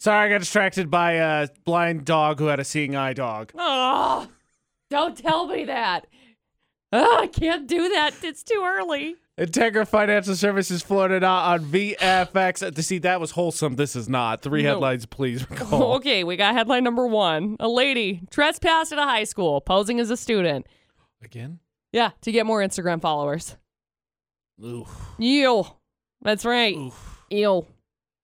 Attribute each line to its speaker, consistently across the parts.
Speaker 1: Sorry, I got distracted by a blind dog who had a seeing eye dog.
Speaker 2: Oh, don't tell me that. Oh, I can't do that. It's too early.
Speaker 1: Integra Financial Services Florida on VFX. To Uh, see that was wholesome. This is not. Three
Speaker 2: No.
Speaker 1: headlines, please. Recall.
Speaker 2: Okay, we got headline number one. A lady trespassed at a high school, posing as a student.
Speaker 1: Again?
Speaker 2: Yeah, to get more Instagram followers.
Speaker 1: Oof.
Speaker 2: Ew. That's right.
Speaker 1: Oof.
Speaker 2: Ew.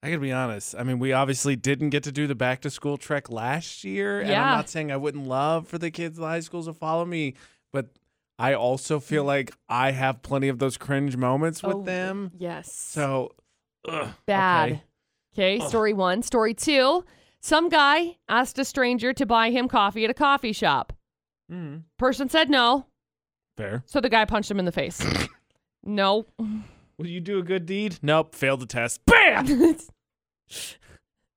Speaker 1: I gotta be honest. I mean, we obviously didn't get to do the back to school trek last year, and
Speaker 2: Yeah.
Speaker 1: I'm not saying I wouldn't love for the kids in high schools to follow me, but I also feel like I have plenty of those cringe moments with
Speaker 2: Oh,
Speaker 1: them.
Speaker 2: Yes.
Speaker 1: So ugh,
Speaker 2: Bad.
Speaker 1: okay.
Speaker 2: Okay,
Speaker 1: Ugh.
Speaker 2: story one. Story two. Some guy asked a stranger to buy him coffee at a coffee shop. Mm-hmm.
Speaker 1: Mhm.
Speaker 2: Person said no,
Speaker 1: Fair.
Speaker 2: so the guy punched him in the face. no.
Speaker 1: Will you do a good deed? Nope. Failed the test. Bam.
Speaker 2: and then story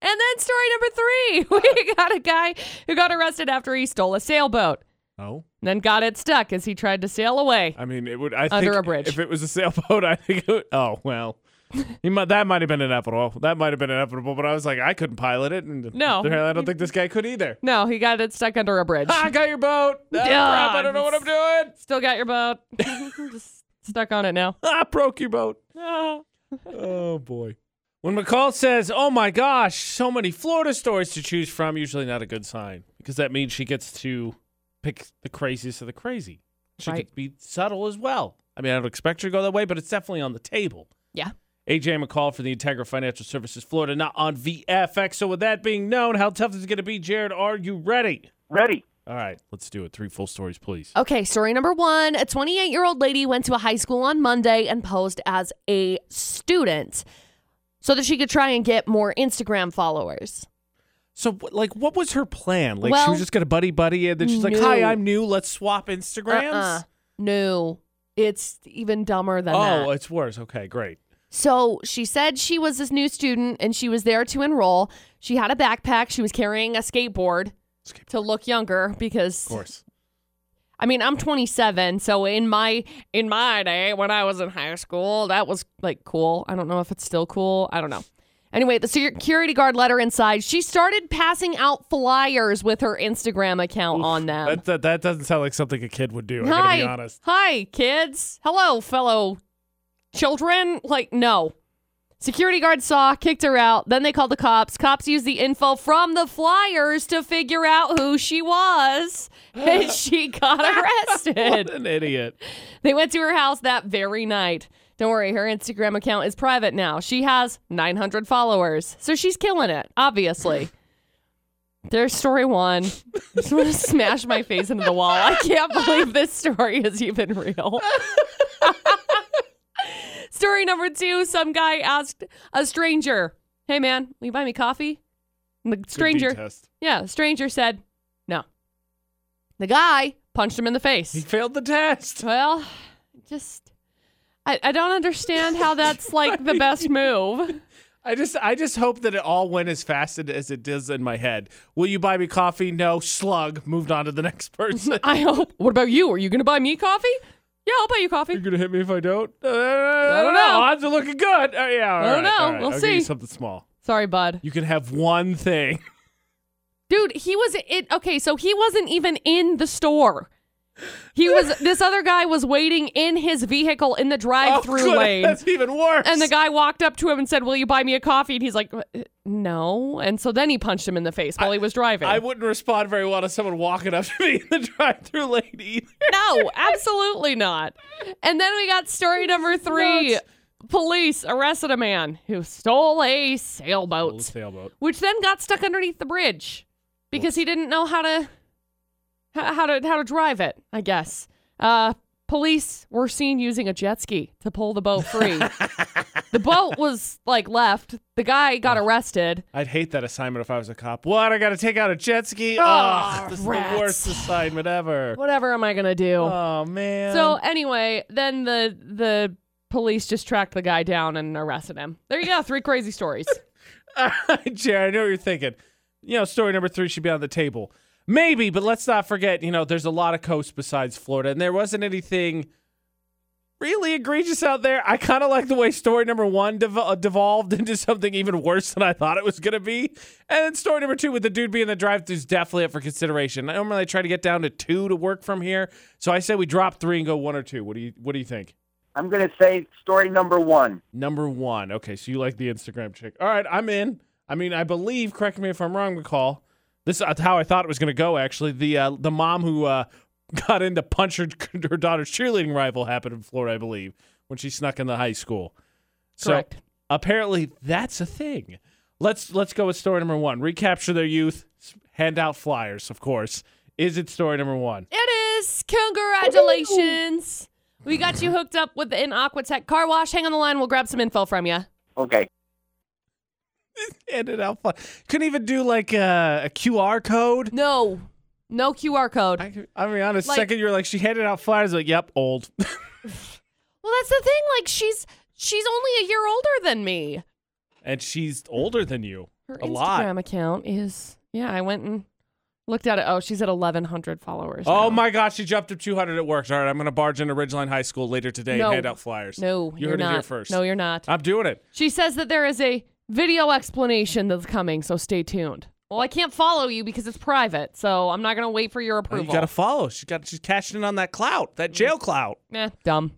Speaker 2: number three. We got a guy who got arrested after he stole a sailboat.
Speaker 1: Oh.
Speaker 2: and Then got it stuck as he tried to sail away.
Speaker 1: I mean, it would. I
Speaker 2: Under
Speaker 1: think
Speaker 2: a bridge.
Speaker 1: If it was a sailboat, I think. It would, oh well. He might, that might have been inevitable. That might have been inevitable. But I was like, I couldn't pilot it, and
Speaker 2: No.
Speaker 1: I don't think this guy could either.
Speaker 2: No, he got it stuck under a bridge.
Speaker 1: Ah, I got your boat. Ah, crap, I don't know what I'm doing.
Speaker 2: Still got your boat. Just stuck on it now.
Speaker 1: Ah, broke your boat.
Speaker 2: Ah.
Speaker 1: Oh boy. When McCall says, "Oh my gosh, so many Florida stories to choose from," usually not a good sign because that means she gets to pick the craziest of the crazy. She
Speaker 2: Right.
Speaker 1: could be subtle as well. I mean, I don't expect her to go that way, but it's definitely on the table.
Speaker 2: Yeah.
Speaker 1: AJ McCall for the Integra Financial Services Florida, not on VFX. So, with that being known, how tough is it going to be, Jared? Are you ready?
Speaker 3: Ready.
Speaker 1: All right, let's do it. Three full stories, please.
Speaker 2: Okay, story number one. A 28 year old lady went to a high school on Monday and posed as a student so that she could try and get more Instagram followers.
Speaker 1: So, wh- like, what was her plan? Like, she
Speaker 2: Well-
Speaker 1: was just gonna buddy buddy, and then she's like,
Speaker 2: No.
Speaker 1: "Hi, I'm new. Let's swap Instagrams."
Speaker 2: Uh-uh. No, it's even dumber than
Speaker 1: Oh,
Speaker 2: that.
Speaker 1: it's worse. Okay, great.
Speaker 2: So she said she was this new student and she was there to enroll. She had a backpack, she was carrying a skateboard.
Speaker 1: Skateboard.
Speaker 2: To look younger because
Speaker 1: Of course.
Speaker 2: I mean I'm 27 so in my in my day when I was in high school that was like cool. I don't know if it's still cool. I don't know. Anyway, the security guard let her inside. She started passing out flyers with her Instagram account on them.
Speaker 1: That, that that doesn't sound like something a kid would do. I gotta
Speaker 2: Hi.
Speaker 1: be honest.
Speaker 2: Hi, kids. Hello, fellow children. Like, no. Security guard saw, kicked her out. Then they called the cops. Cops used the info from the flyers to figure out who she was, and she got
Speaker 1: What
Speaker 2: arrested.
Speaker 1: an idiot.
Speaker 2: They went to her house that very night. Don't worry, her Instagram account is private now. She has 900 followers, so she's killing it, obviously. There's story one. I just want to smash my face into the wall. I can't believe this story is even real. story number two some guy asked a stranger, Hey man, will you buy me coffee? And the stranger, yeah, the stranger said, No. The guy punched him in the face.
Speaker 1: He failed the test.
Speaker 2: Well, just I, I don't understand how that's like the best move.
Speaker 1: I just I just hope that it all went as fast as it does in my head. Will you buy me coffee? No. Slug. Moved on to the next person.
Speaker 2: I hope. What about you? Are you going to buy me coffee? Yeah, I'll buy you
Speaker 1: You're
Speaker 2: coffee.
Speaker 1: gonna hit me if I don't. Uh, I
Speaker 2: don't know.
Speaker 1: Odds are looking good. Uh, yeah. all
Speaker 2: I don't
Speaker 1: right, all
Speaker 2: know.
Speaker 1: right.
Speaker 2: We'll
Speaker 1: I'll give you
Speaker 2: see.
Speaker 1: something small.
Speaker 2: Sorry, bud.
Speaker 1: You can have one thing.
Speaker 2: Dude, he was it. Okay, so he wasn't even in the store. He was. This other guy was waiting in his vehicle in the
Speaker 1: Oh,
Speaker 2: drive-through
Speaker 1: good,
Speaker 2: lane.
Speaker 1: That's even worse.
Speaker 2: And the guy walked up to him and said, "Will you buy me a coffee?" And he's like, "Uh, "No." And so then he punched him in the face while he was driving.
Speaker 1: I wouldn't respond very well to someone walking up to me in the drive-through lane either.
Speaker 2: No, absolutely not. And then we got story number three.
Speaker 1: Nuts.
Speaker 2: Police arrested a man who stole a sailboat,
Speaker 1: sailboat.
Speaker 2: which then got stuck underneath the bridge because he didn't know how to h- how to how to drive it. I guess. Uh, police were seen using a jet ski to pull the boat free. the boat was like left. The guy got arrested.
Speaker 1: I'd hate that assignment if I was a cop. What? I got to take out a jet ski?
Speaker 2: Ah,
Speaker 1: Ugh, this is
Speaker 2: rats.
Speaker 1: the worst assignment ever.
Speaker 2: Whatever am I gonna do?
Speaker 1: Oh man.
Speaker 2: So anyway, then the the police just tracked the guy down and arrested him. There you go, three crazy stories.
Speaker 1: Jared, I know what you're thinking. You know, story number three should be on the table. Maybe, but let's not forget, you know, there's a lot of coasts besides Florida, and there wasn't anything really egregious out there. I kind of like the way story number one dev- uh, devolved into something even worse than I thought it was going to be. And then story number two with the dude being in the drive thru is definitely up for consideration. I normally try to get down to two to work from here. So I say we drop three and go one or two. What do you What do you think?
Speaker 3: I'm going to say story number one.
Speaker 1: Number one. Okay, so you like the Instagram chick. All right, I'm in. I mean, I believe. Correct me if I'm wrong, McCall. This is how I thought it was going to go. Actually, the uh, the mom who uh, got into punch her, her daughter's cheerleading rival happened in Florida, I believe, when she snuck in the high school.
Speaker 2: Correct.
Speaker 1: So apparently, that's a thing. Let's let's go with story number one. Recapture their youth. s- Hand out flyers, of course. Is it story number one?
Speaker 2: It is. Congratulations. We got you hooked up with an Aquatech car wash. Hang on the line. We'll grab some info from you.
Speaker 3: Okay.
Speaker 1: Handed out flyers. Couldn't even do like uh, a, a QR code.
Speaker 2: No, no QR code.
Speaker 1: I, I mean, on a
Speaker 2: Like-
Speaker 1: second, you're like, she handed out flyers. Like, yep, old.
Speaker 2: well, that's the thing. Like she's she's only a year older than me.
Speaker 1: and she's older than you.
Speaker 2: Her
Speaker 1: a
Speaker 2: Instagram
Speaker 1: lot.
Speaker 2: account is yeah. I went and looked at it. Oh, she's at eleven hundred followers.
Speaker 1: Oh
Speaker 2: now.
Speaker 1: my gosh, she jumped up 200 at work. All right, I'm going to barge into Ridgeline High School later today
Speaker 2: No.
Speaker 1: and hand out flyers.
Speaker 2: No,
Speaker 1: you
Speaker 2: are
Speaker 1: heard
Speaker 2: not.
Speaker 1: it here first.
Speaker 2: No, you're not.
Speaker 1: I'm doing it.
Speaker 2: She says that there is a video explanation that's coming, so stay tuned. Well, I can't follow you because it's private, so I'm not gonna wait for your
Speaker 1: You
Speaker 2: approval. Mm.
Speaker 1: got to follow. She got she's cashing in on that clout, that jail clout.
Speaker 2: Eh, dumb.